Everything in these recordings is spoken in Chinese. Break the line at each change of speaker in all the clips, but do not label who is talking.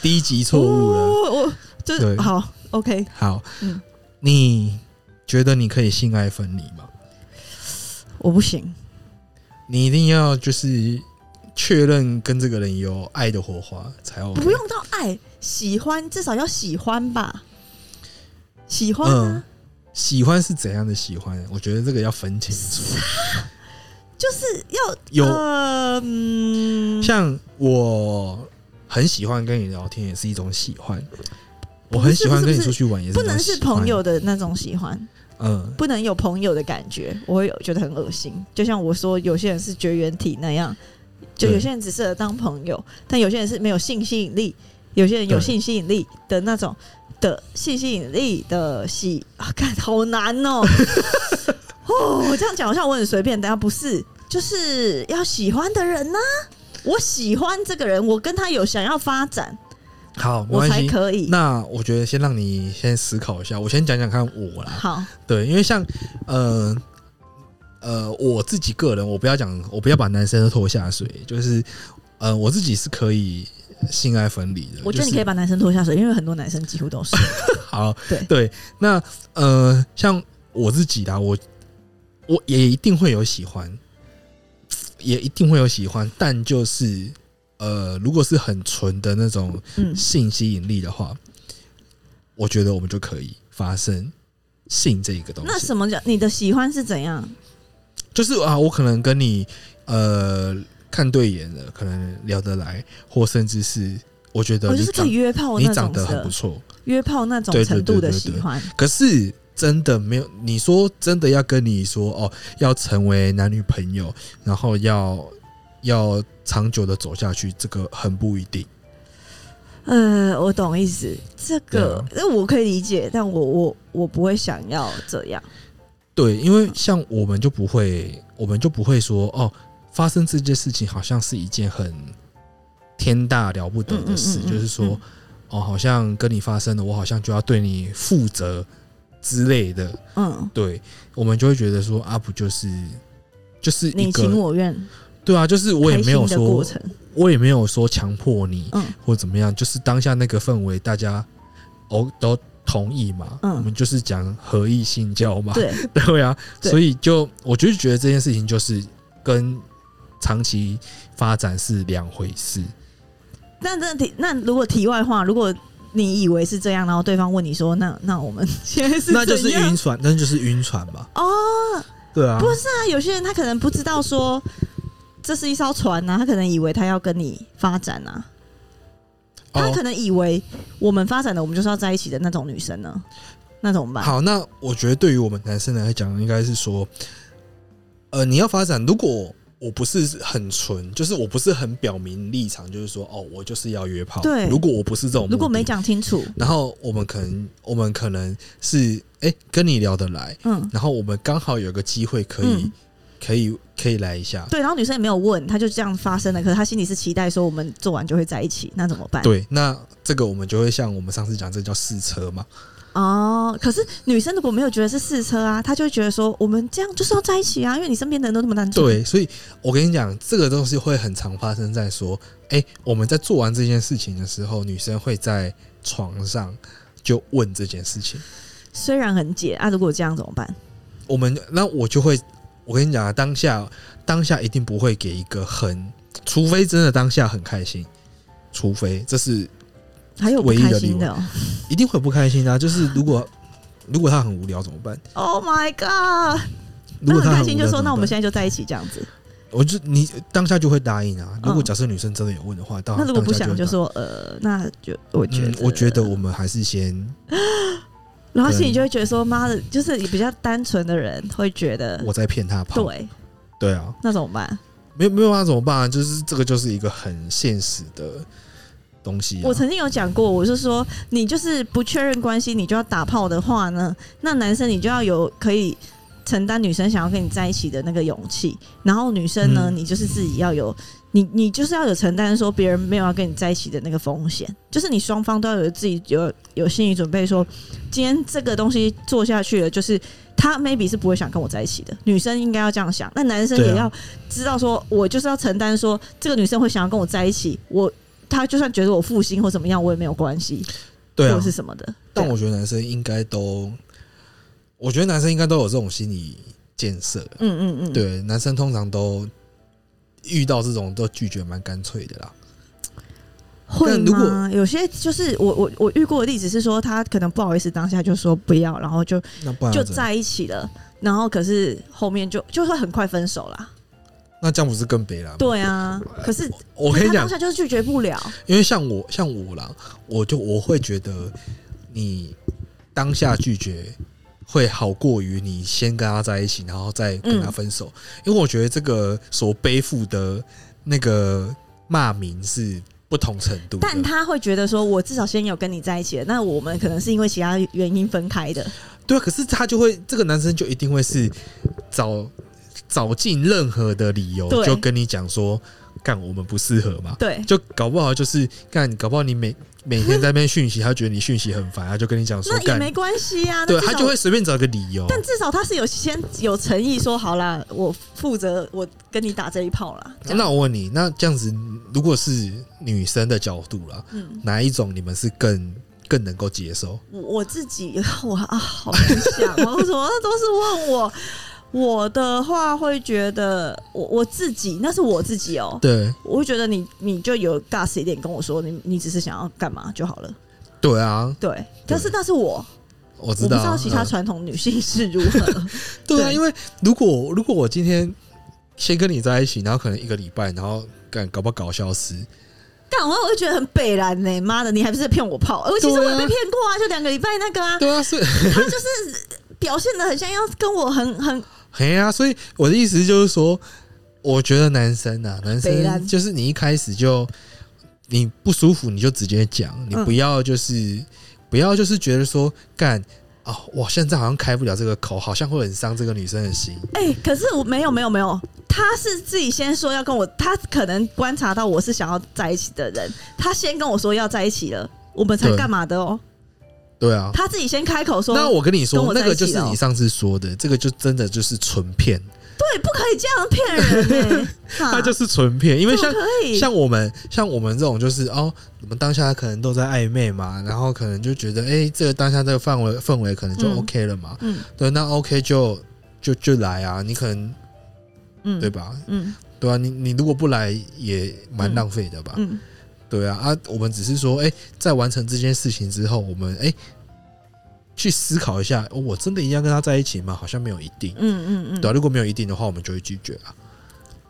低级错误了。
哦我我就是
对
好，OK，
好，
嗯
你觉得你可以性爱分离吗？
我不行，
你一定要就是确认跟这个人有爱的火花才 OK。
不用到爱，喜欢至少要喜欢吧，喜欢啊，
嗯喜欢是怎样的喜欢？我觉得这个要分清
嗯
楚。
就是要
有
呃嗯，
像我很喜欢跟你聊天，也是一种喜欢。我
不是
很喜欢跟你
不是
出去玩，也是
不
一种
能是
喜欢
朋。友的那种喜欢，
嗯，
不能有朋友的感觉，我会有觉得很恶心。就像我说，有些人是绝缘体那样，就
对
有些人只适合当朋友，但有些人是没有性吸引力，有些人有
对
性吸引力的那种的性吸引力的喜，啊，看好难哦、 哦，我这样讲好像我很随便，但他不是，就是要喜欢的人呐、我喜欢这个人，我跟他有想要发展，
好，没
我
关
才
系。
可以。
那我觉得先让你先思考一下，我先讲讲看我啦。
好，
对，因为像呃呃，我自己个人，我不要讲，我不要把男生拖下水，就是呃，我自己是可以性爱分离的。
我觉得你可以
把
把男生拖下水，因为很多男生几 乎都是。
好
对
那呃，像我自己啦，我我也一定会有喜欢，也一定会有喜欢，但就是呃，如果是很纯的那种
嗯，
性吸引力的话，我觉得我们就可以发生性这个东西。
那什么叫你的喜欢是怎样？
就是啊，我可能跟你呃看对眼了，可能聊得来，或甚至是我觉得
哦我就
你
是可
长
以约炮
你
那
长
种
得很
的
不，错，
约炮那种
对对
程度
对
的
对
喜
对
欢。
可是真的没有。你说真的要跟你说哦，要成为男女朋友，然后要要长久的走下去，这个很不一定。
呃，我懂意思，这个
对啊
那我可以理解，但我我我不会想要这样。
对，因
嗯
为像我们就不会，我们就不会说哦，发生这件事情好像是一件很天大了不得的事，
嗯嗯嗯嗯
就是说、
嗯
哦，好像跟你发生了，我好像就要对你负责之类的。
嗯，
对，我们就会觉得说啊，不就是就是一
你情
个
我愿，
对啊，就是我也
开
没有
心的过
说，
程。
我也没有说强迫你
嗯
或怎么样，就是当下那个氛围，大家哦都同意嘛，
嗯
我们就是讲合意性交嘛，
对，
对啊，
对
所以就我就是觉得这件事情就是跟长期发展是两回事。
那那题那如果题外话，如果你以为是这样，然后对方问你说，那那我们现在是
那就是
怎样
晕船，那就是晕船嘛。
哦，
对啊，
不是啊，有些人他可能不知道说这是一艘船呐、啊，他可能以为他要跟你发展啊。他可
哦，
能以为我们发展的我们就是要在一起的那种女生呢，那怎么办？
哦好，那我觉得对于我们男生来讲，应该是说，呃，你要发展，如果我不是很纯，就是我不是很表明立场，就是说，哦，我就是要约炮。
对
如果我不是这种，
如果没，讲清楚，
然后我们可能，我们可能是，哎、跟你聊得来，
嗯，
然后我们刚好有个机会可以、
嗯
可以可以来一下，
对，然后女生也没有问，她就这样发生了，可是她心里是期待说我们做完就会在一起，那怎么办？
对，那这个我们就会像我们上次讲，这叫试车嘛。
哦，可是女生如果没有觉得是试车啊，她就会觉得说我们这样就是要在一起啊，因为你身边的人都那么难做，
对，所以我跟你讲，这个东西会很常发生在说，哎、我们在做完这件事情的时候，女生会在床上就问这件事情。
虽然很解啊，如果这样怎么办？
我们那我就会，我跟你讲啊，当下当下一定不会给一个很，除非真的当下很开心，除非这是
还有不
唯一的
开
例
心
外
的哦、
一定会不开心的、啊。就是如果如果他很无聊怎么办？
Oh my god！
如
那
果
很
他
开
无
心
聊
就
怎
说
么
那我们
办
现在就在一起这样子，
我就你当下就会答应啊。如果
嗯
假设女生真的有问的话，当
那如果不
当下
想
会
就
答
说呃，那就我觉
嗯
得，
我觉得我们还是先
然后心里就会觉得说，妈的，就是比较单纯的人会觉得，
我在骗他跑。
呃对，
对啊，
那怎么办？
没有没有办法怎么办、啊？就是这个就是一个很现实的东西、啊。
我曾经有讲过，我是说，你就是不确认关系，你就要打炮的话呢，那男生你就要有可以承担女生想要跟你在一起的那个勇气，然后女生呢，
嗯
你就是自己要有，你你就是要有承担说别人没有要跟你在一起的那个风险，就是你双方都要有自己有有心理准备说今天这个东西做下去了，就是他 maybe 是不会想跟我在一起的。女生应该要这样想，那男生
对啊
也要知道说，我就是要承担说这个女生会想要跟我在一起，我他就算觉得我负心或怎么样，我也没有关系，
对
或
啊
者，是什么的。
但
对啊
我觉得男生应该都，我觉得男生应该都有这种心理建设。
嗯嗯嗯，，
对，啊男生通常都遇到这种都拒绝蛮干脆的啦。
会
但如
吗
果？
有些就是我我我遇过的例子是说，他可能不好意思当下就说不要，然后就
那不然
就
怎么
在一起了，然后可是后面就就会很快分手啦。
那这样不是更悲啦？，
对啊，可是
我跟你
他
讲
当，下就是拒绝不了。
因为像我像我啦，我就我会觉得你当下拒绝会好过于你先跟他在一起，然后再跟他分手，
嗯
因为我觉得这个所背负的那个骂名是不同程度的。
但他会觉得说，我至少先有跟你在一起了，那我们可能是因为其他原因分开的。
对啊，可是他就会这个男生就一定会是找找尽任何的理由
对
就跟你讲说，干我们不适合嘛。
对，
就搞不好就是干，搞不好你每每天在那边讯息，他觉得你讯息很烦，他就跟你讲说
那也
干，
没关系啊。
对
那至
他
少
就会随便找一个理由。啊
但至少他是有先有诚意说好啦，我负责我跟你打这一炮啦。这样
那我问你，那这样子如果是女生的角度啦，
嗯，
哪一种你们是更更能够接受？
我我自己 我啊好难想哦，为什么都是问我。我的话会觉得我我自己那是我自己哦，
对
我会觉得你你就有 gas 一点跟我说你你只是想要干嘛就好了，
对啊，
对。但是那是我，
我
我
知
不知
道啊，
道其他
嗯
传统女性是如何，
对啊，
对
因为如果如果我今天先跟你在一起，然后可能一个礼拜，然后干搞不好搞消失，
干我我就觉得很北然呢、妈的，你还不是骗我炮？我其实我也被骗过啊，就两个礼拜那个啊，
对啊，所以
他就是表现的很像要跟我很很
嘿啊，所以我的意思就是说，我觉得男生啊，男
北
生
兰
就是你一开始就你不舒服，你就直接讲，你
嗯
不要就是、不要就是觉得说干。哦，我现在好像开不了这个口，好像会很伤这个女生的心。
哎、可是我没有没有没有，他是自己先说要跟我，他可能观察到我是想要在一起的人，他先跟我说要在一起了，我们才
对
干嘛的哦、
对啊，
他自己先开口说，
那我跟你
跟
说，
我在
那个就
一起
是
了哦
你上次说的，这个就真的就是纯骗，
对，不可以这样骗人、欸，
他就是是纯骗，因为像
可以，
像我们像我们这种就是哦，我们当下可能都在暧昧嘛，然后可能就觉得哎、这个当下这个范围氛围可能就
嗯
OK 了嘛，
嗯
对，那 OK 就就就来啊，你可能
嗯，
对吧？
嗯
对啊，你你如果不来也蛮浪费的吧？
嗯，
对啊啊，我们只是说哎、在完成这件事情之后，我们哎、去思考一下、哦我真的一定要跟他在一起吗？好像没有一定
嗯，嗯嗯
对啊，如果没有一定的话，我们就会拒绝啊，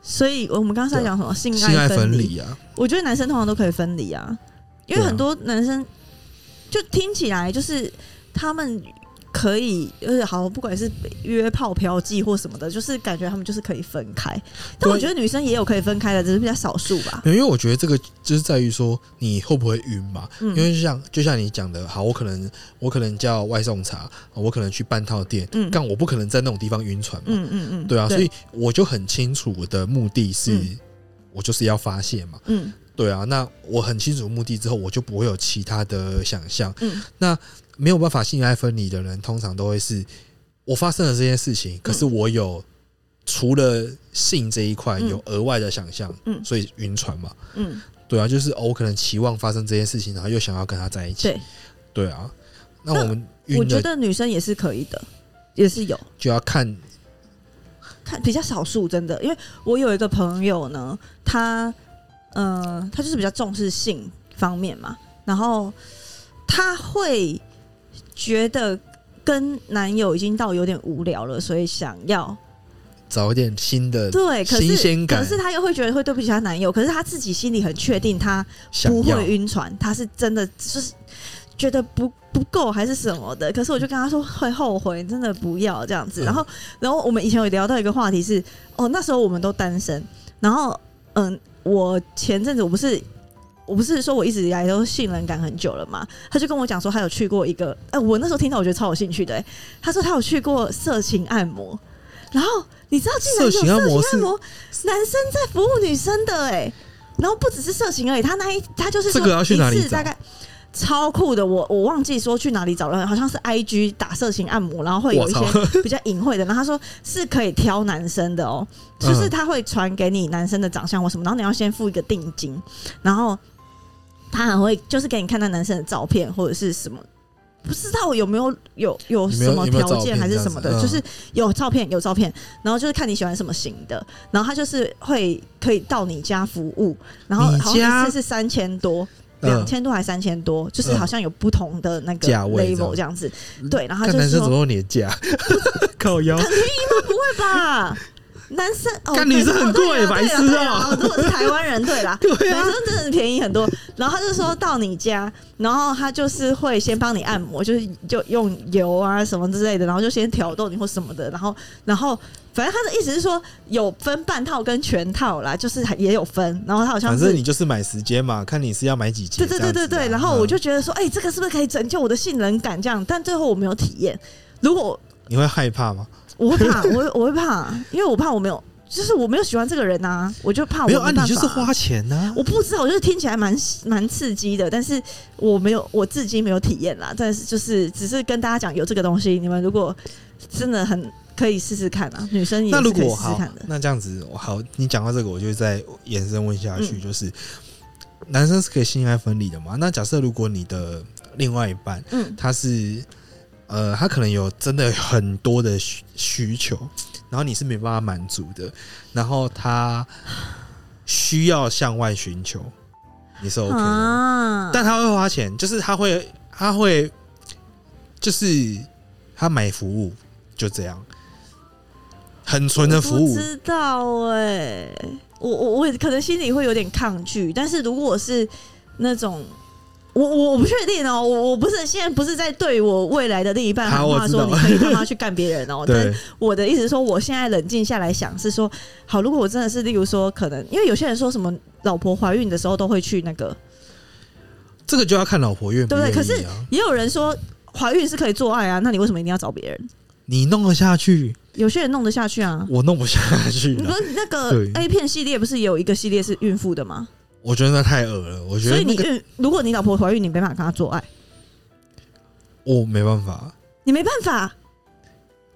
所以我们刚才讲什么性
性
爱
爱
分
分
离，
离啊，
我觉得男生通常都可以分离啊，因为
对啊
很多男生就听起来就是他们可以，就是好，不管是约炮、嫖妓或什么的，就是感觉他们就是可以分开。但
对
我觉得女生也有可以分开的，只是比较少数吧。
没有因为我觉得这个就是在于说你会不会晕嘛，
嗯
因为就像就像你讲的，好，我可能我可能叫外送茶，哦我可能去半套店，
嗯
但我不可能在那种地方晕船嘛，
嗯嗯嗯，
对啊，所以我就很清楚我的目的是，
嗯
我就是要发泄嘛，
嗯
对啊，那我很清楚目的之后，我就不会有其他的想象，
嗯
没有办法性爱分离的人，通常都会是我发生了这件事
嗯
情，可是我有。除了性这一块
嗯
有额外的想象，
嗯
所以晕船嘛，
嗯，
对啊，就是哦，我可能期望发生这件事情，然后又想要跟他在一起，
对，
对啊，那
那
我们
我
晕
觉
的
得女生也是可以的，也是有。
就要看，
看比较少数，真的，因为我有一个朋友呢，他呃，他就是比较重视性方面嘛，然后他会觉得跟男友已经到有点无聊了，所以想要
找一点新的
对，可
新
是
鲜感
可是他又会觉得会对不起他男友，可是他自己心里很确定他
想
不
要
会晕船，他是真的就是觉得不不够还是什么的。可是我就跟他说会后悔，真的不要这样子。
嗯
然后，然后我们以前有聊到一个话题是，哦，那时候我们都单身。然后，嗯，我前阵子我不是。我不是说我一直以来都信任感很久了嘛，他就跟我讲说他有去过一个，哎、我那时候听到我觉得超有兴趣的、欸，他说他有去过色情按摩，然后你知道竟然有
色情按摩
色情按
是
摩男生在服务女生的哎、然后不只是色情而已，他那一他就是说
这个要去哪里
一次
找
大概超酷的，我我忘记说去哪里找了，好像是 I G 打色情按摩，然后会有
我
一
操
些比较隐晦的。然后他说是可以挑男生的哦，就是
嗯
他会传给你男生的长相或什么，然后你要先付一个定金，然后他还会就是给你看那男生的照片或者是什么，不知道有没有有
有
有
没有
什么
有没有
条
照
件
片
还是
这样
什么
子
的，就
嗯
是有照片有照片，然后就是看你喜欢什么型的，然后他就是会可以到你家服务，然后
你
好像
家
一次是三千多。
嗯
两千多还三千多，就是
嗯
好像有不同的那个
价位这
level
样
这样子，对，然后
看
他啊就
男
是
生怎
说
么有廉 价，靠腰，
对吧？男生哦，
干
对
女生很
哦对
贵
啦
白
对啦
痴
对
哦
啦哦如果是台湾人，对啦，
对啊
男生真的便宜很多。然后他就说到你家，然后他就是会先帮你按摩，就是就用油啊什么之类的，然后就先挑逗你或什么的，然后然后反正他的意思是说有分半套跟全套啦，就是也有分。然后他好像
反
是
正你就是买时间嘛，看你是要买几节
对
这
对
样子啊。
对对对，然后我就
嗯
觉得说，哎、这个是不是可以拯救我的性能感这样？但最后我没有体验，如果
你会害怕吗？
我会怕，我会我会怕，因为我怕我没有，就是我没有喜欢这个人呐、我就怕我
没有啊，
办
你
法
就是花钱呐。
我不知道，我就是听起来蛮蛮刺激的，但是我没有，我至今没有体验啦。但是就是只是跟大家讲有这个东西，你们如果真的很可以试试看啊，女生也
那
是
如
可以
果
试试
好
看的，。
那这样子我好，你讲到这个，我就再延伸问下
嗯
去，就是男生是可以性爱分离的嘛？那假设如果你的另外一半
嗯，
他是呃，他可能有真的很多的需需求，然后你是没办法满足的，然后他需要向外寻求，你是 OK 的吗
啊，
但他会花钱，就是他会，他会，就是他买服务就这样，很纯的服
我
务
不。知道哎、我我我也可能心里会有点抗拒，但是如果我是那种。我我我不确定哦，我我不是现在不是在对我未来的另一半喊
好我
话
知
说
道
你可以他妈去干别人 哦，但
对，
我的意思是说，我现在冷静下来想是说，好，如果我真的是，例如说，可能因为有些人说什么老婆怀孕的时候都会去那个，
这个就要看老婆愿不
对不
愿
对
意、啊。
可是也有人说怀孕是可以做爱啊，那你为什么一定要找别人？
你弄得下去，
有些人弄得下去啊。
我弄不下去
你
了。
跟那个
对
A 片系列不是也有一个系列是孕妇的吗？
我觉得那太恶了，我觉
所
得
以
那
你
个
孕，如果你老婆怀孕，你没办法跟她做爱，
我没办法，
你没办法。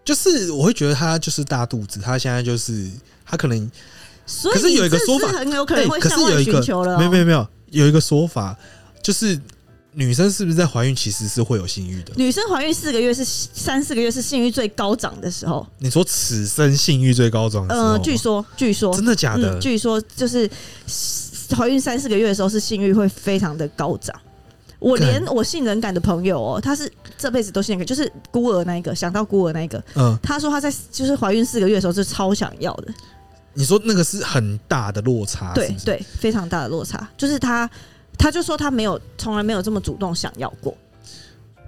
就是我会觉得他就是大肚子，他现在就是他可能
所
可是
以
有一个
你这
说法
是很有可
哎
能会
可是
向
有
外
一个
寻求了、
没有没
有，
有没有有一个说法，就是女生是不是在怀孕其实是会有性欲的？
女生怀孕四个月是三四个月是性欲最高涨的时候，
你说此生性欲最高涨的时候吗，
呃，据说据说
真的假的？
嗯、据说就是怀孕三四个月的时候，是性欲会非常的高涨。我
干
连我性冷感的朋友哦，他是这辈子都性冷感，就是孤儿那一个，想到孤儿那一个，
嗯，
他说他在就是怀孕四个月的时候是超想要的，
你说那个是很大的落差，
对
是不是，
对，非常大的落差，就是他他就说他没有从来没有这么主动想要过，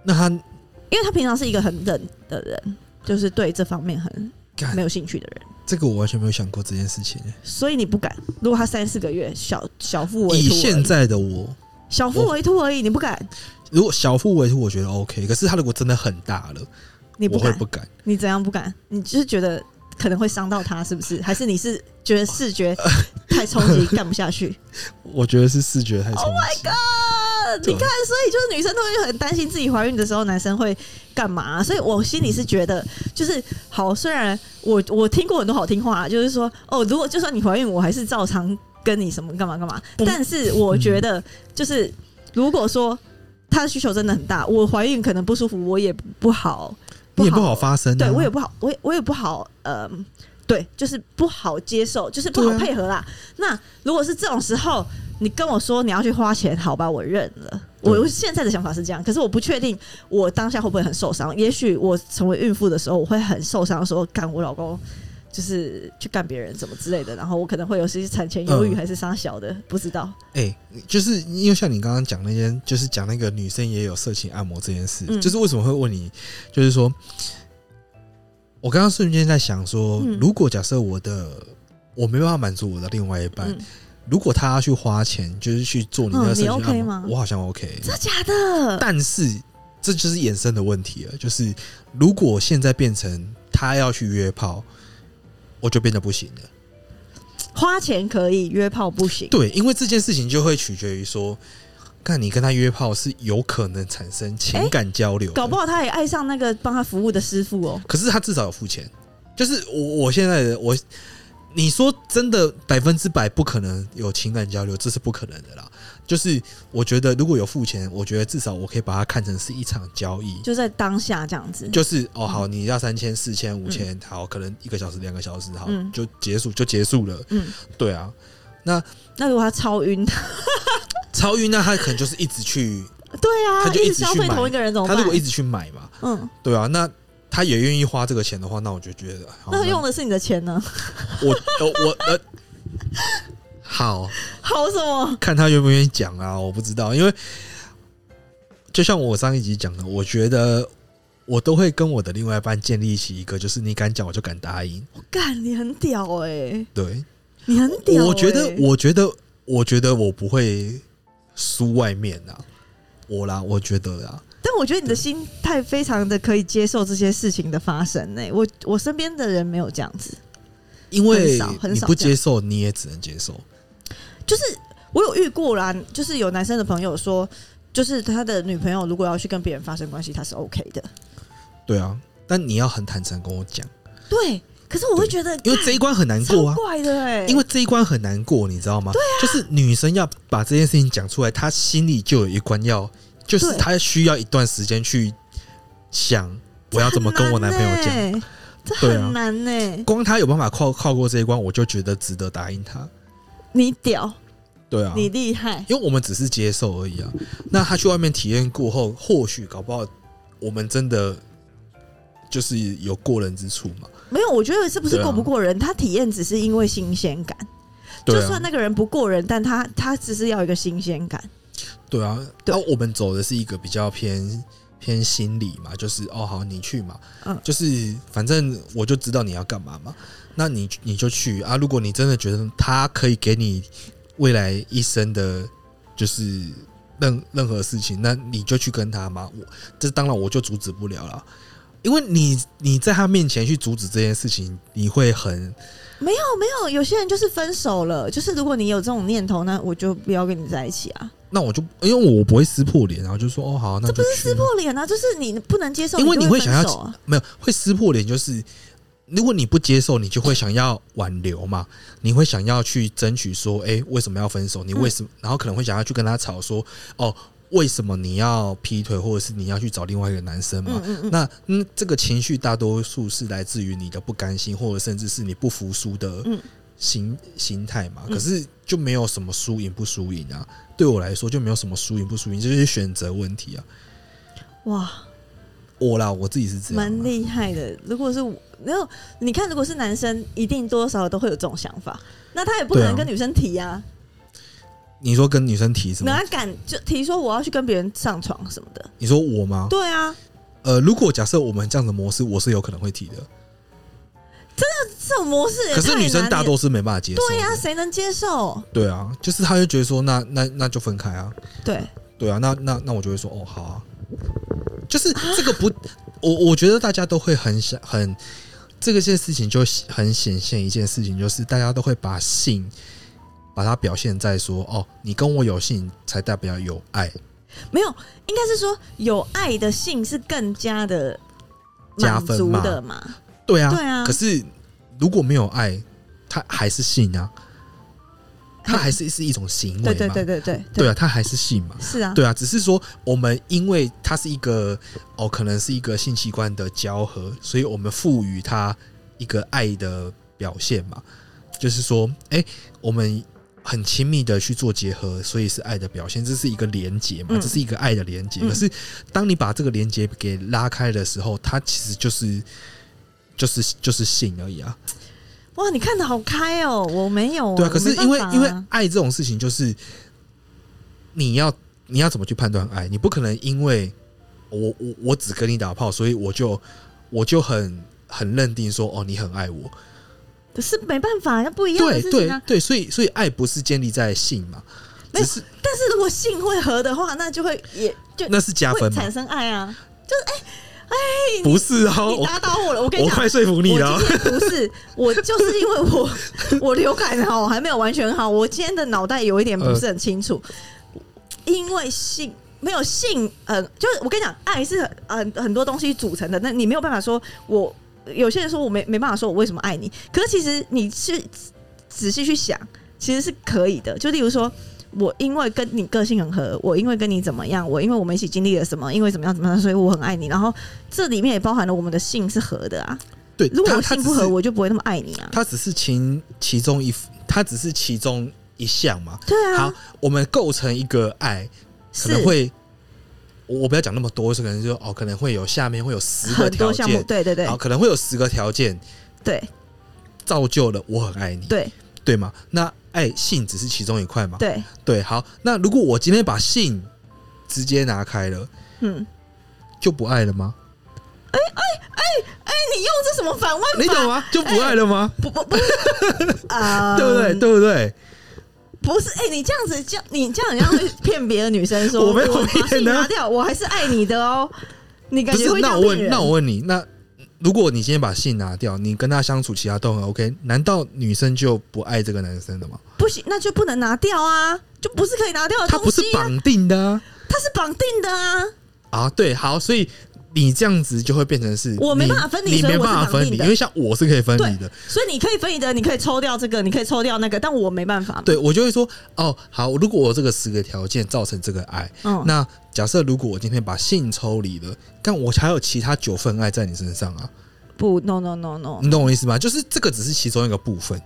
那他
因为他平常是一个很冷的人，就是对这方面很
干
没有兴趣的人，
这个我完全没有想过这件事情。
所以你不敢。如果他三四个月小小腹为
以
突而已，
现在的我，
小腹
我
为突而已，你不敢，
如果小腹为突，我觉得 OK。可是他如果真的很大了，
你不
我会
敢，
不敢。
你怎样不敢？你就是觉得可能会伤到他，是不是？还是你是觉得 视觉太冲击，干不下去？
我觉得是视觉太冲
Oh
击。
啊！你看，所以就是女生都会很担心自己怀孕的时候，男生会干嘛、所以我心里是觉得，就是好，虽然我我听过很多好听话，就是说哦，如果就算你怀孕，我还是照常跟你什么干嘛干嘛。
嗯
但是我觉得，就是如果说他的需求真的很大，我怀孕可能不舒服，我也不好，
你也不好发声、啊，
对我也不好，我也我也不好，呃，对，就是不好接受，就是不
对
好
啊
配合啦。那如果是这种时候，你跟我说你要去花钱，好吧，我认了。
对
我现在的想法是这样，可是我不确定我当下会不会很受伤。也许我成为孕妇的时候，我会很受伤，说干我老公。就是去干别人怎么之类的，然后我可能会有些产前忧郁
嗯
还是啥小的，不知道。
哎、就是因为像你刚刚讲那件，就是讲那个女生也有色情按摩这件事，
嗯
就是为什么会问你，就是说，我刚刚瞬间在想说，
嗯
如果假设我的我没办法满足我的另外一半，
嗯，
如果他要去花钱，就是去做你那个
嗯
色情
你 OK
按摩，
吗
我好像 OK。
真的假的？
但是这就是衍生的问题了，就是如果现在变成他要去约炮，我就变得不行了。
花钱可以，约炮不行。
对，因为这件事情就会取决于说，看你跟他约炮是有可能产生情感交流的、
搞不
好。
好他也爱上那个帮他服务的师傅哦、
可是他至少有付钱，就是我我现在的我你说真的百分之百不可能有情感交流，这是不可能的啦。就是我觉得如果有付钱，我觉得至少我可以把它看成是一场交易，
就在当下这样子。
就是哦好，你要三千、四千、五千，好，可能一个小时、两个小时，好
嗯，
就结束就结束了。
嗯，
对啊，
那如果他超晕，
超晕那他可能就是一直去，
对啊，
他就一
一
直
直消
去
费
买
同一个人怎么
他
办？
如果一直去买嘛，
嗯，
对啊，那他也愿意花这个钱的话，那我就觉得好
那用的是你的钱呢？
我呃我呃。好，
好什么？
看他愿不愿意讲啊，我不知道，因为就像我上一集讲的，我觉得我都会跟我的另外一半建立起一个，就是你敢讲我就敢答应。
我干，你很屌哎、
对，
你很屌欸、
我觉得，我觉得，我觉得我不会输外面啊，我啦，我觉得啊，
但我觉得你的心态非常的可以接受这些事情的发生呢、我我身边的人没有这样子，
因为
很少很
你
少
不
这样
接受，你也只能接受。
就是我有遇过啦，就是有男生的朋友说，就是他的女朋友如果要去跟别人发生关系，他是 OK 的。
对啊，但你要很坦诚跟我讲，
对，可是我会觉得
因为这一关很难过
超
啊。
怪的哎、
因为这一关很难过，你知道吗？对啊，就是女生要把这件事情讲出来，她心里就有一关要，就是
对
她需要一段时间去想我要怎么跟我男朋友讲。
讲，欸这
对啊
很难欸呢、
光她有办法跨跨过这一关，我就觉得值得答应她。
你屌，
对啊，
你厉害，
因为我们只是接受而已啊。那她去外面体验过后，或许搞不好我们真的就是有过人之处嘛。
没有，我觉得是不是
对啊
过不过人，他体验只是因为新鲜感。
对
就算
啊，
那个人不过人，但他他只是要一个新鲜感。
对啊。
对
然后我们走的是一个比较偏偏心理嘛，就是哦好，你去嘛。就是反正我就知道你要干嘛嘛，那你你就去啊。如果你真的觉得他可以给你未来一生的，就是任任何事情，那你就去跟他嘛。我这当然我就阻止不了啦，因为你你在他面前去阻止这件事情，你会很
没有没有，有些人就是分手了，就是如果你有这种念头，那我就不要跟你在一起啊，
那我就因为我不会撕破脸，然后就说哦好，那就去
破脸啊，就是你不能接受，
因为
你
你
就
会
会
想要
分手啊
没有会撕破脸，就是如果你不接受，你就会想要挽留嘛，你会想要去争取说，哎、为什么要分手？你为什么？然后可能会想要去跟他吵说，哦，为什么你要劈腿，或者是你要去找另外一个男生嘛？
嗯嗯嗯，
那嗯，这个情绪大多数是来自于你的不甘心，或者甚至是你不服输的
嗯
心、心态嘛。
嗯
可是就没有什么输赢不输赢啊，对我来说就没有什么输赢不输赢，就是选择问题啊。
哇，
我啦，我自己是这样啊，
蛮厉害的。如果是我，然后你看，如果是男生，一定多多少少都会有这种想法，那他也不可能
对啊
跟女生提啊，
你说跟女生提什么？
哪敢就提说我要去跟别人上床什么的？
你说我吗？
对啊，
呃，如果假设我们这样的模式，我是有可能会提的。
这种模式也
可是
太
女生
难
大
了
多是没办法接受的。
对啊呀、谁能接受？
对啊，就是她就觉得说，那那那就分开啊，
对，
对啊，那那那我就会说，哦，好啊。就是
啊
这个不，我我觉得大家都会很想很这个件事情就很显现一件事情，就是大家都会把性把它表现在说，哦，你跟我有性才代表有爱，
没有，应该是说有爱的性是更加的
加
满
分
足
嘛
的嘛？
对啊，
对啊
可是如果没有爱，它还是性啊，它还是是一种行为嘛，
对对对对对
对啊，它还是性嘛。
是啊，
对啊，只是说我们因为它是一个哦，可能是一个性器官的交合，所以我们赋予它一个爱的表现嘛。就是说，哎、我们很亲密的去做结合，所以是爱的表现，这是一个连接嘛，
嗯
这是一个爱的连接。
嗯
可是当你把这个连接给拉开的时候，它其实就是就是就是性而已啊。
哇，你看的好开哦，我没有、
对啊，可
我
是
没办
因为
法啊
因为爱这种事情，就是你要你要怎么去判断爱？你不可能因为我我我只跟你打炮，所以我就我就很很认定说哦，你很爱我。
可是没办法，要不一样的
对
事情
对
啊。
对，所以所以爱不是建立在性嘛，
没
只
有
是
但是如果性会合的话，那就会也就
那是加
会
分嘛
产，生爱啊。
不是啊？
你
我
打倒我了，我跟你
我
讲。
快说服你了
我
啊。
今天不是，我就是因为我我流感好，还没有完全好，我今天的脑袋有一点不是很清楚，因为性没有呃性，呃，就是我跟你讲，爱是很很很多东西组成的，那你没有办法说我有些人说我没没办法说我为什么爱你，可是其实你是仔细去想，其实是可以的。就例如说。我因为跟你个性很合，我因为跟你怎么样，我因为我们一起经历了什么，因为怎么样怎么样，所以我很爱你。然后这里面也包含了我们的性是合的啊。
对，
如果
他
我
他
性
只
不合，
是
我就不会那么爱你啊。
他只是其其中一，他只是其中一项嘛。
对啊
好，，我们构成一个爱，可
是
能会，我我不要讲那么多，是可能就哦，可能会有下面会有十个
很
条
多项目，
件，
对对对
好，可能会有十个条件
对
造就了我很爱你，
对
对吗？那爱性只是其中一块嘛，
对，
对，好，那如果我今天把性直接拿开了，
嗯。
就不爱了 吗？
哎，你用这什么反问法？
你懂吗？就不爱了 吗？
不不不是，啊、
对不对？对不对？
不是，哎、你这样子，这样你这样，你这样会骗别的女生 说
我没有
把
骗
你
啊
拿掉，我还是爱你的哦。你感
不
觉
是
会，这
那
样
我
骗
问，
人？
那我问你，那如果你今天把信拿掉，你跟他相处，其他都很 OK，难道女生就不爱这个男生了吗？
不行，那就不能拿掉啊，就不是可以拿掉的
他
东
不是
西、啊，
绑定的啊！
它是绑定的啊。
啊，对，好，所以你这样子就会变成是
我没
你
办法分离
你
所以
没
我是
办法
绑
分
定
离，
的
因为像我是可以分
对
离的，
所以你可以分离的，你可以抽掉这个，你可以抽掉那个，但我没办法嘛。
对我就会说哦，好，如果我这个十个条件造成这个爱，
嗯，
那假设如果我今天把性抽离了，但我还有其他九份爱在你身上啊，
不，no no no no，
你懂我意思吗？就是这个只是其中一个部分。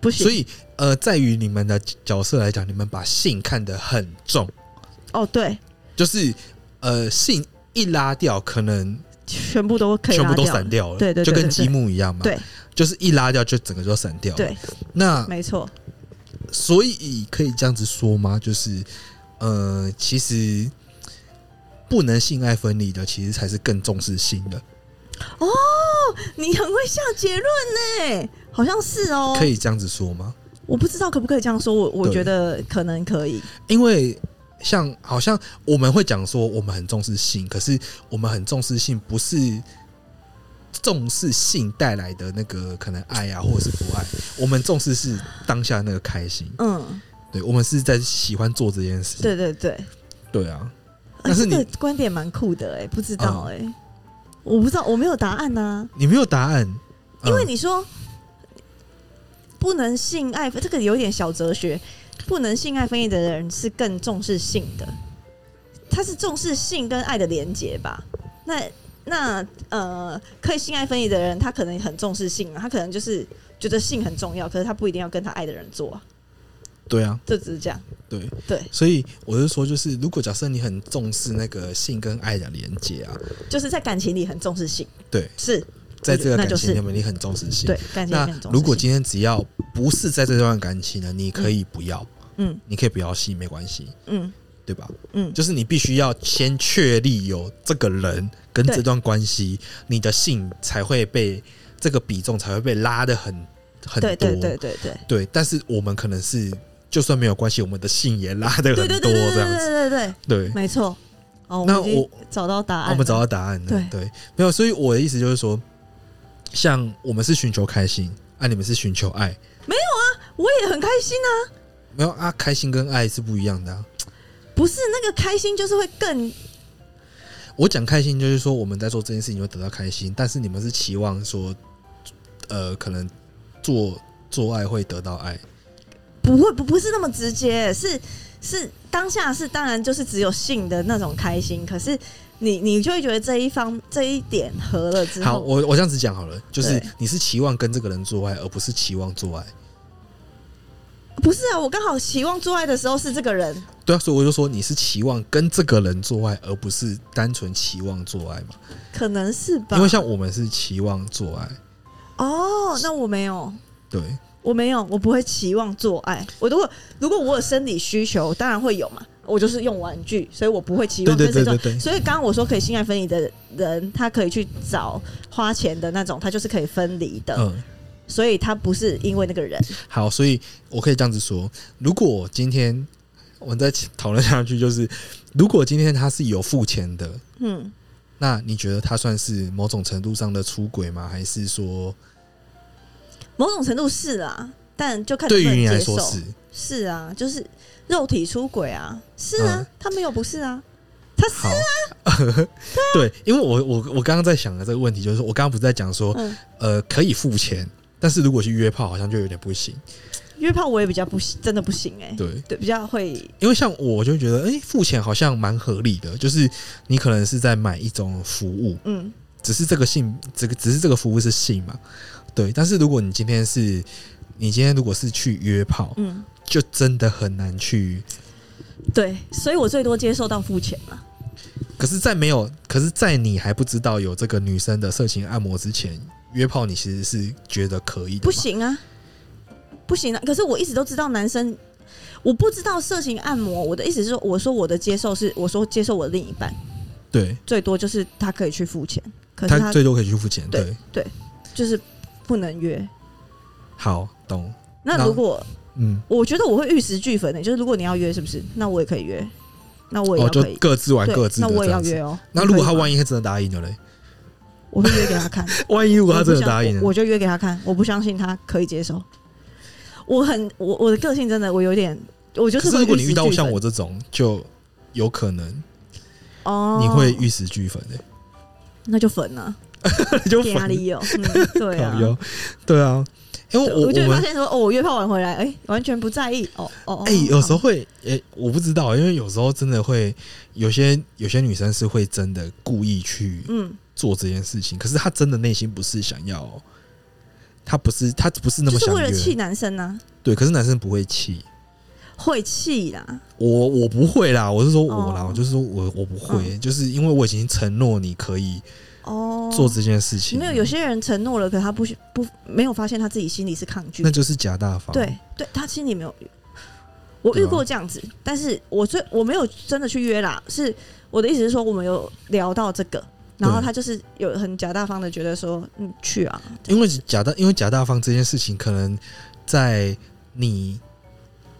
不行。
所以呃，在于你们的角色来讲，你们把性看得很重，
哦，对，
就是呃，性一拉掉，可能
全部都可以
全部
拿
都
掉
散掉了，
对对对
就跟
对
积木一样嘛，
对，
就是一拉掉就整个就散掉，
对，
那
没错，
所以可以这样子说吗？就是呃，其实。不能性爱分离的，其实才是更重视性的，
哦你很会下结论呢，好像是哦。
可以这样子说吗？
我不知道可不可以这样说，我我
对
觉得可能可以。
因为像好像我们会讲说我们很重视性，可是我们很重视性不是重视性带来的那个可能爱啊，或者是不爱，我们重视是当下那个开心。
嗯，
对，我们是在喜欢做这件事。
对对对。
对啊，
啊
但是
这
你啊
个观点蛮酷的哎、不知道哎、我不知道，我没有答案啊呐、
你没有答案，
因为
嗯
你说不能性爱，这个有点小哲学。不能性爱分离的人是更重视性的，他是重视性跟爱的连结吧？那那呃，可以性爱分离的人，他可能很重视性啊，他可能就是觉得性很重要，可是他不一定要跟他爱的人做啊，
对啊，
就只是这样。
对
对，
所以我是说，就是如果假设你很重视那个性跟爱的连接啊，
就是在感情里很重视性，
对，
是
在这个
那
感
就是
情里面你很重视性，
对感情里
那
很重视性。
如果今天只要不是在这段感情呢，你可以不要，
嗯
你可以不要信，没关系，
嗯
对吧？
嗯，
就是你必须要先确立有这个人跟
对
这段关系，你的性才会被这个比重才会被拉的很很多。
对对对对对。
对但是我们可能是就算没有关系，我们的性也拉的
对
很
对
多
对对
这
对
样子。
对对对，
对，
没错。哦，
那
我们已经
我
找到答案了，
哦我们找到答案了。
对
对，没有。所以我的意思就是说，像我们是寻求开心，啊，你们是寻求爱，
我也很开心啊。
没有啊，开心跟爱是不一样的、啊。
不是那个开心，就是会更
我讲开心就是说我们在做这件事情会得到开心，但是你们是期望说，呃，可能做做爱会得到爱，
不会不不是那么直接，是是当下是当然就是只有性的那种开心，可是你你就会觉得这一方这一点合了之
好，
后，
我我这样子讲好了，就是
对
你是期望跟这个人做爱，而不是期望做爱。
不是啊，我刚好期望做爱的时候是这个人，
对啊，所以我就说你是期望跟这个人做爱，而不是单纯期望做爱嘛。
可能是吧？
因为像我们是期望做爱，
哦，那我没有。
对
我没有，我不会期望做爱。我如果如果我有生理需求，当然会有嘛。我就是用玩具，所以我不会期望
对
跟
对
谁做
对
爱。
对对
所以刚刚我说可以性爱分离的人，他可以去找花钱的那种，他就是可以分离的。
嗯，
所以他不是因为那个人，
好，所以我可以这样子说：如果今天我们再讨论下去，就是如果今天他是有付钱的，
嗯，
那你觉得他算是某种程度上的出轨吗？还是说
某种程度是啦，但就看
对
能
于
不
你
能
来
接受
说 是？
是啊，就是肉体出轨啊，是啊，
嗯
他没有不是啊，他是
好，对，因为我我我刚刚在想的这个问题，就是我刚刚不是在讲说，
嗯
呃，可以付钱，但是如果去约炮，好像就有点不行。
约炮，我也比较不行，真的不行哎、
对，
对，比较会
因为像我就觉得，哎、付钱好像蛮合理的，就是你可能是在买一种服务，
嗯
只是这个性，这个只是这个服务是性嘛，对。但是如果你今天是，你今天如果是去约炮，
嗯，
就真的很难去。
对，所以我最多接受到付钱了。
可是，在没有，可是，在你还不知道有这个女生的色情按摩之前，约炮你其实是觉得可以的，
不，行啊，不行啊！可是我一直都知道男生，我不知道色情按摩。我的意思是说，我说我的接受是，我说接受我的另一半，
对，
最多就是他可以去付钱，可是
他
他
最多可以去付钱，
对
对，
就是不能约。
好，懂，
那如果
嗯，
我觉得我会玉石俱焚的、欸就是如果你要约，是不是？那我也可以约，那我也
哦，
要
就
可以，
各自玩
对
各自
那
的
我
这
也要
样
约
子。
哦。
那如果他
一，
万一他真的答应了嘞？
我会约给他看。
万一 如果他
我不
真的
相
答应
我，
了，
我就约给他看，我不相信他可以接受。我很我我的个性真的我有点，我就
可
是
是
会
如果你
玉石
遇到
俱
像
焚
我这种，就有可能
哦，
你会玉石俱焚 啊诶，
那就粉了，
就
压
粉
力有，嗯，对啊
靠。腰，对啊，因为
对
我
我就会发
们
现说，哦，我约炮完回来，哎、完全不在意，哦哦哦，
哎、有时候
好
会哎、我不知道，因为有时候真的会有些有些女生是会真的故意去
嗯，
做这件事情，可是她真的内心不是想要，她不是她不是那
就
么
是
想
为了气
约，
男生呢、
对，可是男生不会气。
会气啦，
我我不会啦，我是说我啦，
哦嗯
我就是说我我不会，就是因为我已经承诺你可以
哦，
做这件事情，
没有，有些人承诺了，可他不不没有发现他自己心里是抗拒
那，就是假大方，啊
对对，他心里没有。我
对
遇
啊
过这样子，但是我最我没有真的去约啦，是我的意思是说，我们有聊到这个，然后
对
他就是有很假大方的觉得说，嗯，去啊，
因为假大，因为假大方这件事情，可能在你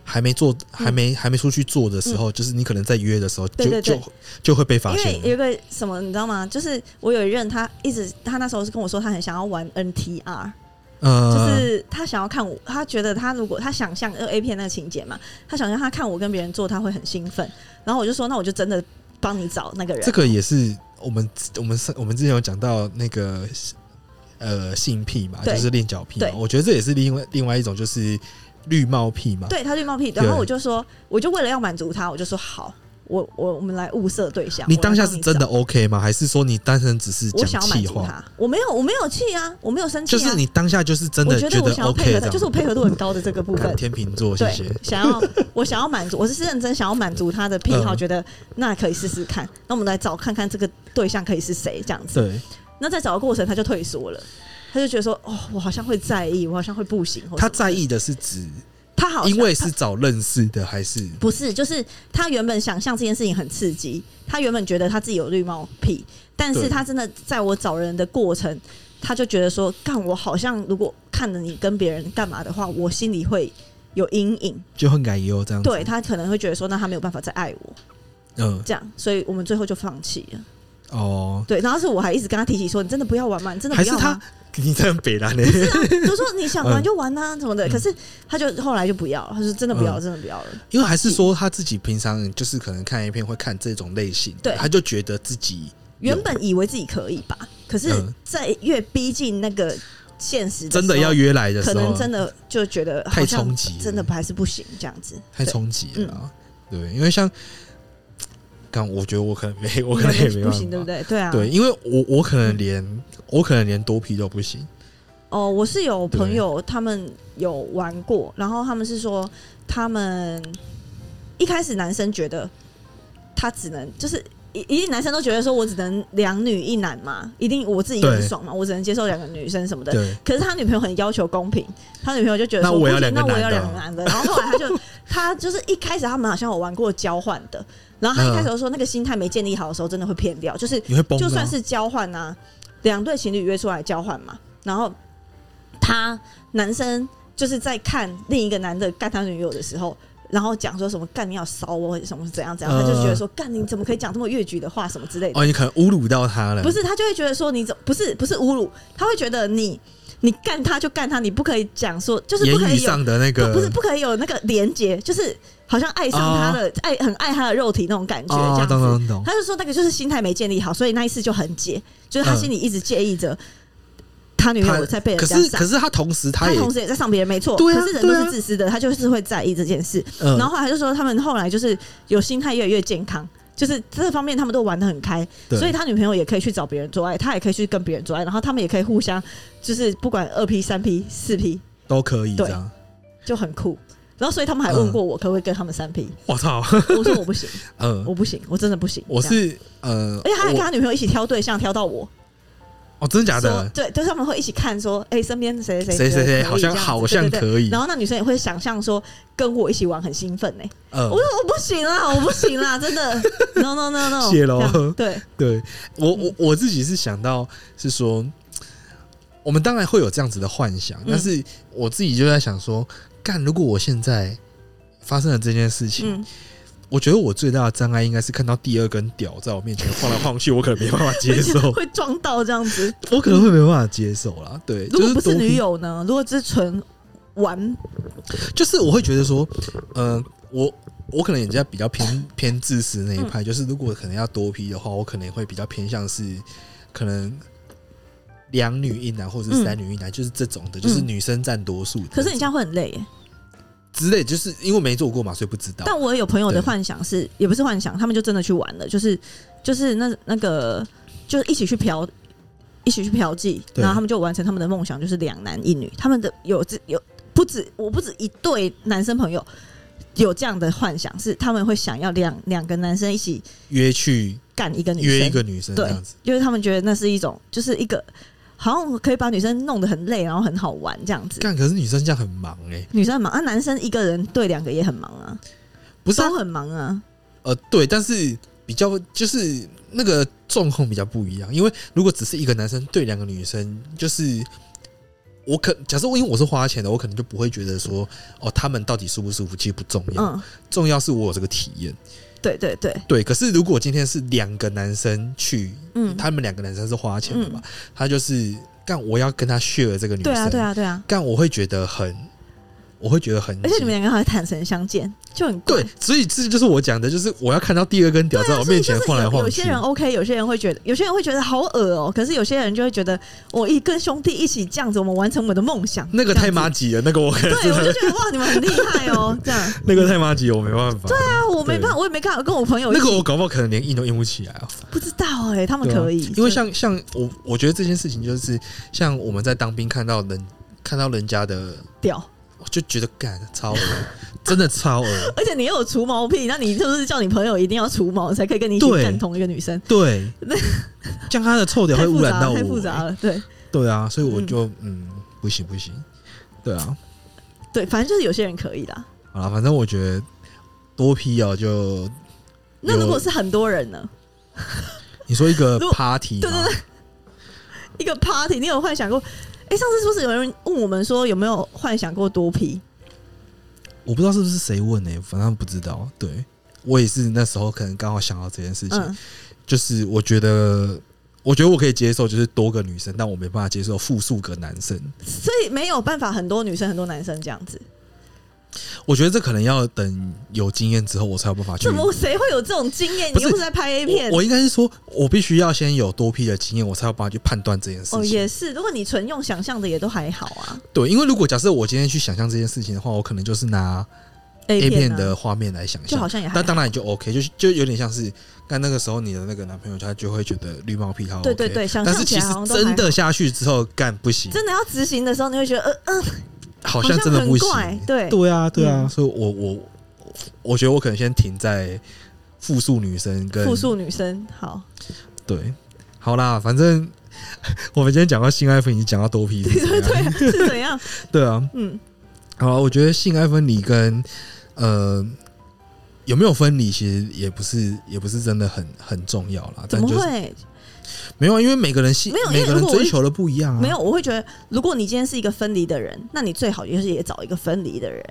还没
嗯
做、还没还没出去做的时候，就是你可能在约的时候，就
对对对
就就会被发
因为
现。
有一个什么，你知道吗？就是我有一任，他一直他那时候是跟我说，他很想要玩 NTR，、就
呃，
是他想要看我，他觉得他如果他想象呃 A 片那个情节嘛，他想象他看我跟别人做，他会很兴奋。然后我就说，那我就真的帮你找那个人。
这个也是我们我们上我们之前有讲到那个呃性癖嘛，就
对
是恋脚癖嘛
对。
我觉得这也是另外另外一种就是绿帽癖嘛。
对他就冒屁，
对
然后我就说，我就为了要满足他，我就说好，我我我们来物色对象。
你
啊我来
当下
帮
是
你
真的
找，
OK 吗？还是说你单纯只是
我
讲
想要满
气
足
话？
他，我没有我没有气啊，我没有生气
就
啊，
是你当下就是真的
我觉得我想要
OK
配合
这
他，
样。
就是我配合度很高的这个部分
看。天秤座，谢
对
谢。，
想要我想要满足，我是认真想要满足他的癖好，
嗯
觉得那可以试试看。那我们来找看看这个对象可以是谁这样子。
对，
那在找的过程，他就退缩了，他就觉得说：“哦，我好像会在意，我好像会不行。或什么”
他在意的是指
他好像
因为是找认识的还是
不是，就是他原本想象这件事情很刺激，他原本觉得他自己有绿帽癖，但
对
是他真的在我找人的过程，他就觉得说：“干，我好像如果看着你跟别人干嘛的话，我心里会有阴影。
就很感忧这样子？
对，他可能会觉得说：“那他没有办法再爱我。”
嗯，
这样，所以我们最后就放弃了。
哦，
对，然后是我还一直跟他提起说，你真的不要玩嘛，你真的
还
不
是
要
他
吗？
你在北欸兰呢？
就说你想
嗯
玩就玩啊什么的，
嗯
可是他就后来就不要了，他说真的不要了，真的不要了。
因为还是说他自己平常就是可能看一片会看这种类型的，
对
他就觉得自己有
原本以为自己可以吧，可是
嗯
在越逼近那个现实
真
的
的
时候
要，约来的时
可
候，
能真的就觉得好
太
像
冲击了
真的还是不行这样子。
太
对嗯
冲击了啊。对，因为像刚我觉得我可能没，我可
应该
能也没
不
办
行，对
法。
不对？对啊，
对，因为我我可能连我可能连多皮都不行。
哦，我是有朋
对
友他们有玩过，然后他们是说他们一开始男生觉得他只能就是。一一定男生都觉得说，我只能两女一男嘛，一定我自己很
对
爽嘛，我只能接受两个女生什么的。
对，
可是他女朋友很要求公平，他女朋友就觉得
那
说
我
不
要
行
两个
那我
男
要
的啊
两个男的。然后后来他就他就是一开始他们好像有玩过交换的，然后他一开始就说那个心态没建立好的时候，真的会骗掉，就是
你会崩啊。
就算是交换啊，两对情侣约出来交换嘛，然后他男生就是在看另一个男的干他女友的时候。然后讲说什么干你要骚我什么怎样怎样，
呃
他就觉得说干你怎么可以讲这么越矩的话
哦
什么之类的。
哦，你可能侮辱到他了。
不是，他就会觉得说你怎不是不是侮辱，他会觉得你你干他就干他，你不可以讲说，就是不可
言语
以有
上的那个
不是不可以有那个连接，就是好像爱上他的、爱很爱他的肉体那种感觉，
哦
这样子。
懂懂懂，
他就说那个就是心态没建立好，所以那一次就很解，就是他心里一直介意着他女
他
友在被人
可
家
是
上
可。是他同时他
他
也
同时也在上别人，没错。
对啊
可是人都
对啊
是自私的，他就是会在意这件事。
嗯
然后后来他就说，他们后来就是有心态越来越健康，就是这方面他们都玩的很开，
对
所以他女朋友也可以去找别人做爱，他也可以去跟别人做爱，然后他们也可以互相，就是不管二 P、三 P、四 P
都可以
对
这样。
就很酷。然后所以他们还问
嗯
过我可不可以跟他们三 P，、
我 操，
我说我不 行，
嗯，
我不行，我真的不行。
我
这样，
是呃，
哎而且他还跟
我
他女朋友一起挑对象，挑到我，
哦，真的假
说
的？
对，就是他们会一起看说，哎、身边谁谁
谁谁谁好像好像
以。
可以
这样子对对对，然后那女生也会想象说跟我一起玩很兴奋呢、
嗯
我，说我不行 啦，我不行啦，真的，no no no no，
谢咯
这样 对，
对我我我自己是想到是说，我们当然会有这样子的幻想，
嗯
但是我自己就在想说，干，如果我现在发生了这件事情，
嗯，
我觉得我最大的障碍应该是看到第二根屌在我面前晃来晃去，我可能没办法接 受，
会撞到这样子。
我可能会没办法接受啦。对，
如果
就
不
是多
女友呢？如果只是纯玩，
就是我会觉得说，嗯，我我可能人家比较偏偏自私那一
嗯
派，就是如果可能要多批的话，我可能会比较偏向是可能两女一男或者是三女一男，就是这种的，就是女生占多数的。
嗯可是你这样会很累耶。
之类，就是因为没做过嘛，所以不知道。
但我有朋友
对
的幻想是，也不是幻想，他们就真的去玩了，就是就是那那个就是一起去嫖，一起去嫖妓，
对
然后他们就完成他们的梦想，就是两男一女。他们的有这有不止我不止一对男生朋友有这样的幻想，是他们会想要两两个男生一起
约去
干一个女生，
约一个女生这
对
样子，，
就是他们觉得那是一种，就是一个好像可以把女生弄得很累，然后很好玩这样子。
干可是女生这样很忙哎、
女生很忙啊，男生一个人对两个也很忙啊，
不是啊、
都很忙啊。
呃对，但是比较就是那个状况比较不一样，因为如果只是一个男生对两个女生，就是我可假设我因为我是花钱的，我可能就不会觉得说哦他们到底舒不舒服其实不重要，
嗯，
重要是我有这个体验。
对对对，
对，可是如果今天是两个男生去，
嗯，
他们两个男生是花钱的嘛，他就是干我要跟他 share 这个女生，
对啊对啊对啊，
干我会觉得很，我会觉得很，
而且你们两个还坦诚相见，就很怪啊
对，所以这就是我讲的，就是我要看到第二根屌
对
在
啊
我
所以
面前
就是
晃来
有
晃
有
去
些。人 OK，有些人会觉得，有些人会觉得好恶哦、可是有些人就会觉得，我一跟兄弟一起这样子，我们完成我们的梦想。
那个
这样
太
子
妈吉了，那个我可能
对，
真
我就
的，
觉得哇，你们很厉害哦、 这样
那个太妈吉了，我没办法。对啊，
啊，我没办法，我也没办法跟我朋友一
那
起
个我搞不好可能连硬都硬不起来啊。
不知道哎、他们
对啊
可以，
因为
就
像像我，我觉得这件事情就是像我们在当兵看到人看到人家的，
屌，
我就觉得干超 恶，真的超恶。
而且你又有除毛癖，那你就是叫你朋友一定要除毛才可以跟你一起
对
看同一个女生，
对， 像他的臭屌
太
会
复
污染
杂
到
了，
我、
太复杂了。对
对啊，所以我
嗯
就嗯不行不行，对啊，
对，反正就是有些人可以啦。
好了，反正我觉得多批哦，就
那
有
如果是很多人呢？
你说一个
如果
party，
对对
吗
一个 party，你有幻想过？哎、上次是不是有人问我们说有没有幻想过多批？
我不知道是不是谁问呢、反正不知道。对我也是那时候可能刚好想到这件事情，
嗯，
就是我觉得，我觉得我可以接受，就是多个女生，但我没办法接受复数个男生。
所以没有办法，很多女生很多男生这样子，
我觉得这可能要等有经验之后，我才有办法去。
怎么谁会有这种经验？
不
你
是
又不是在拍 A 片
我我应该是说，我必须要先有多批的经验，我才有办法去判断这件事
哦，
情。
也是。如果你纯用想象的，也都还好啊。
对，因为如果假设我今天去想象这件事情的话，我可能就是拿 A 片
片啊
的画面来想
就
象
好，像也还好
但当然也就 OK，就是就有点像是，但那个时候你的那个男朋友他就会觉得绿帽癖他 OK，
对对对想
但
象
是
起
其实
来好像都
真
还
的下去之后干不行，
真的要执行的时候，你会觉得呃嗯、
好像真的不行
好像很怪，对
对啊对啊，
嗯
所以我我我觉得我可能先停在复数女生跟
复数女生好。
对，好啦，反正 我们今天讲到性爱分离，讲到多批，
对对 对啊，是怎样？
对啊，
嗯，
好啊，我觉得性爱分离跟呃。有没有分离，其实也不是，也不是真的很很重要啦。
怎
但
么
就是
会？
没有啊，因为每个人喜
没有因为
每个人
如果我
追求的不一样啊。
没有，我会觉得，如果你今天是一个分离的人，那你最好就是也找一个分离的人。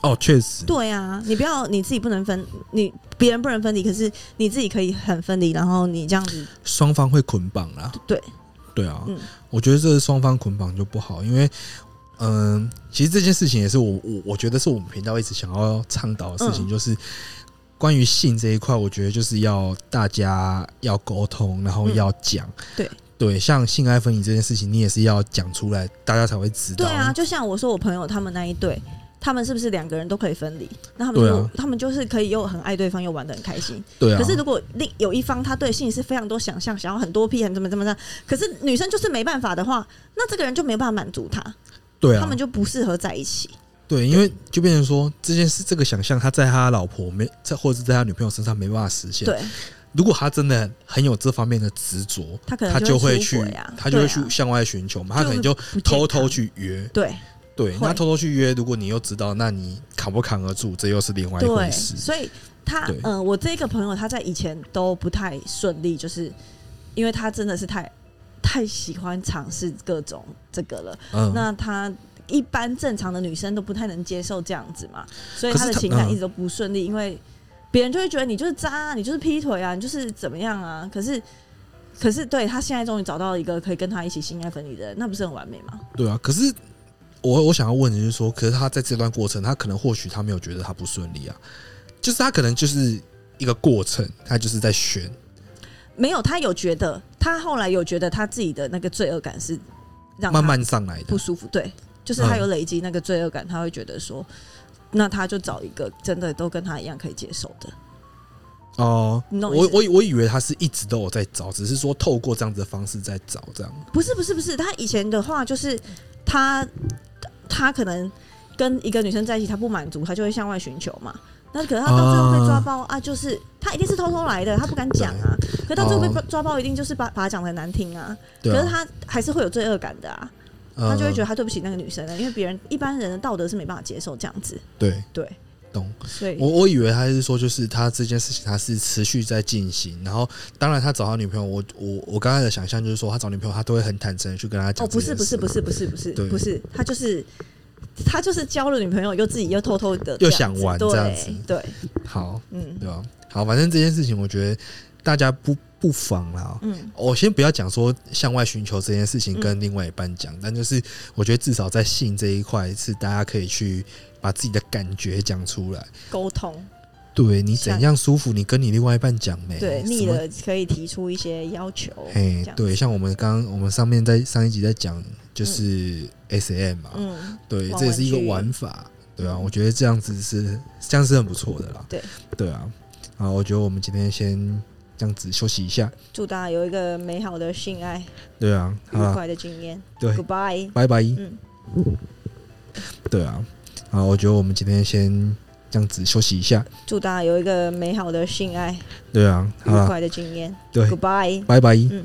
哦，确实，
对啊，你不要你自己不能分，你别人不能分离，可是你自己可以很分离，然后你这样子，
双方会捆绑啦。
对，
对啊，
嗯
我觉得这是双方捆绑就不好，因为嗯、其实这件事情也是我我我觉得是我们频道一直想要倡导的事情，
嗯
就是关于性这一块，我觉得就是要大家要沟通，然后
嗯
要讲、
对
对，像性爱分离这件事情，你也是要讲出来，大家才会知道。
对啊，就像我说我朋友他们那一对，他们是不是两个人都可以分离？那他们
对
就、
啊
他们就是可以又很爱对方，又玩的很开心。
对啊，
可是如果另有一方他对性是非常多想象，想要很多批，很怎么怎么样，可是女生就是没办法的话，那这个人就没办法满足他，
对啊，
他们就不适合在一起。
对，因为就变成说这件事，这个想象他在他老婆没在，或者是在他女朋友身上没办法实现。
对，
如果他真的很有这方面的执着，
他可能
他就
会
会去
出轨啊，，
他就会
对啊
去向外寻求嘛，
就
他
会
可能就
不健
偷偷
康
去约。
对
对，
会
那偷偷去约，如果你又知道，那你扛不扛得住，这又是另外一
对，
回事。
所以他
对
嗯，我这个朋友他在以前都不太顺利，就是因为他真的是太太喜欢尝试各种这个了，
嗯，
那他。一般正常的女生都不太能接受这样子嘛，所以
可
他
是
的
他
情感
嗯
一直都不顺利，因为别人就会觉得你就是渣、啊，你就是劈腿啊，你就是怎么样啊。可是，可是对他现在终于找到一个可以跟他一起性爱分离的人，那不是很完美吗？
对啊。可是我我想要问的就是说，可是他在这段过程，他可能或许他没有觉得他不顺利啊，就是他可能就是一个过程，他就是在选。
没有，他有觉得，他后来有觉得他自己的那个罪恶感是让他
慢慢上来的
不。舒服，对，就是他有累积那个罪恶感，他会觉得说，那他就找一个真的都跟他一样可以接受的，
哦、
你懂意
我
思
我以我以为他是一直都有在找，只是说透过这样子的方式在找这样。
不是不是不是，他以前的话就是他他可能跟一个女生在一起，他不满足，他就会向外寻求嘛。那可是他到最后被抓包啊就是他一定是偷偷来的，他不敢讲啊。可到最后被
哦
抓包，一定就是把把他讲的难听啊。
对
可
啊，
是他还是会有罪恶感的啊，
呃
他就会觉得他对不起那个女生啊的，因为别人一般人的道德是没办法接受这样子。
对，
对，
懂。
所以
我我以为他是说，就是他这件事情他是持续在进行，然后当然他找他女朋友，我我我刚才的想象就是说，他找女朋友他都会很坦诚地去跟他讲。
哦，不是不是不，是不是不是
啊对
不是，他就是他就是交了女朋友，又自己又偷偷的
又想玩
对
这样子
对，
好，
嗯
对吧、啊好，反正这件事情我觉得大家不不妨啦。哦
嗯，
我先不要讲说向外寻求这件事情跟另外一半讲，但就是我觉得至少在性这一块是大家可以去把自己的感觉讲出来。
沟通，
对你怎
像
样舒服，你跟你另外一半讲没？
对
哎什
腻
么
了可以提出一些要求，这
嘿
样，
对，像我们刚刚我们上面在上一集在讲就是 S M 嘛，
嗯，
对，
玩
这也是一个
玩具
玩法，对啊，
嗯
我觉得这样子是这样是很不错的啦，
对，
对啊，啊，我觉得我们今天先这样子休息一下，
祝大家有一个美好的性爱
对啊，好
愉
啦，
快的经验
对，
，Goodbye，
拜拜，
嗯，
对啊，啊，我觉得我们今天先这样子休息一下，
祝大家有一个美好的性爱
对啊，好
愉
啦，
快的经验
对，
，Goodbye，
拜拜。
嗯。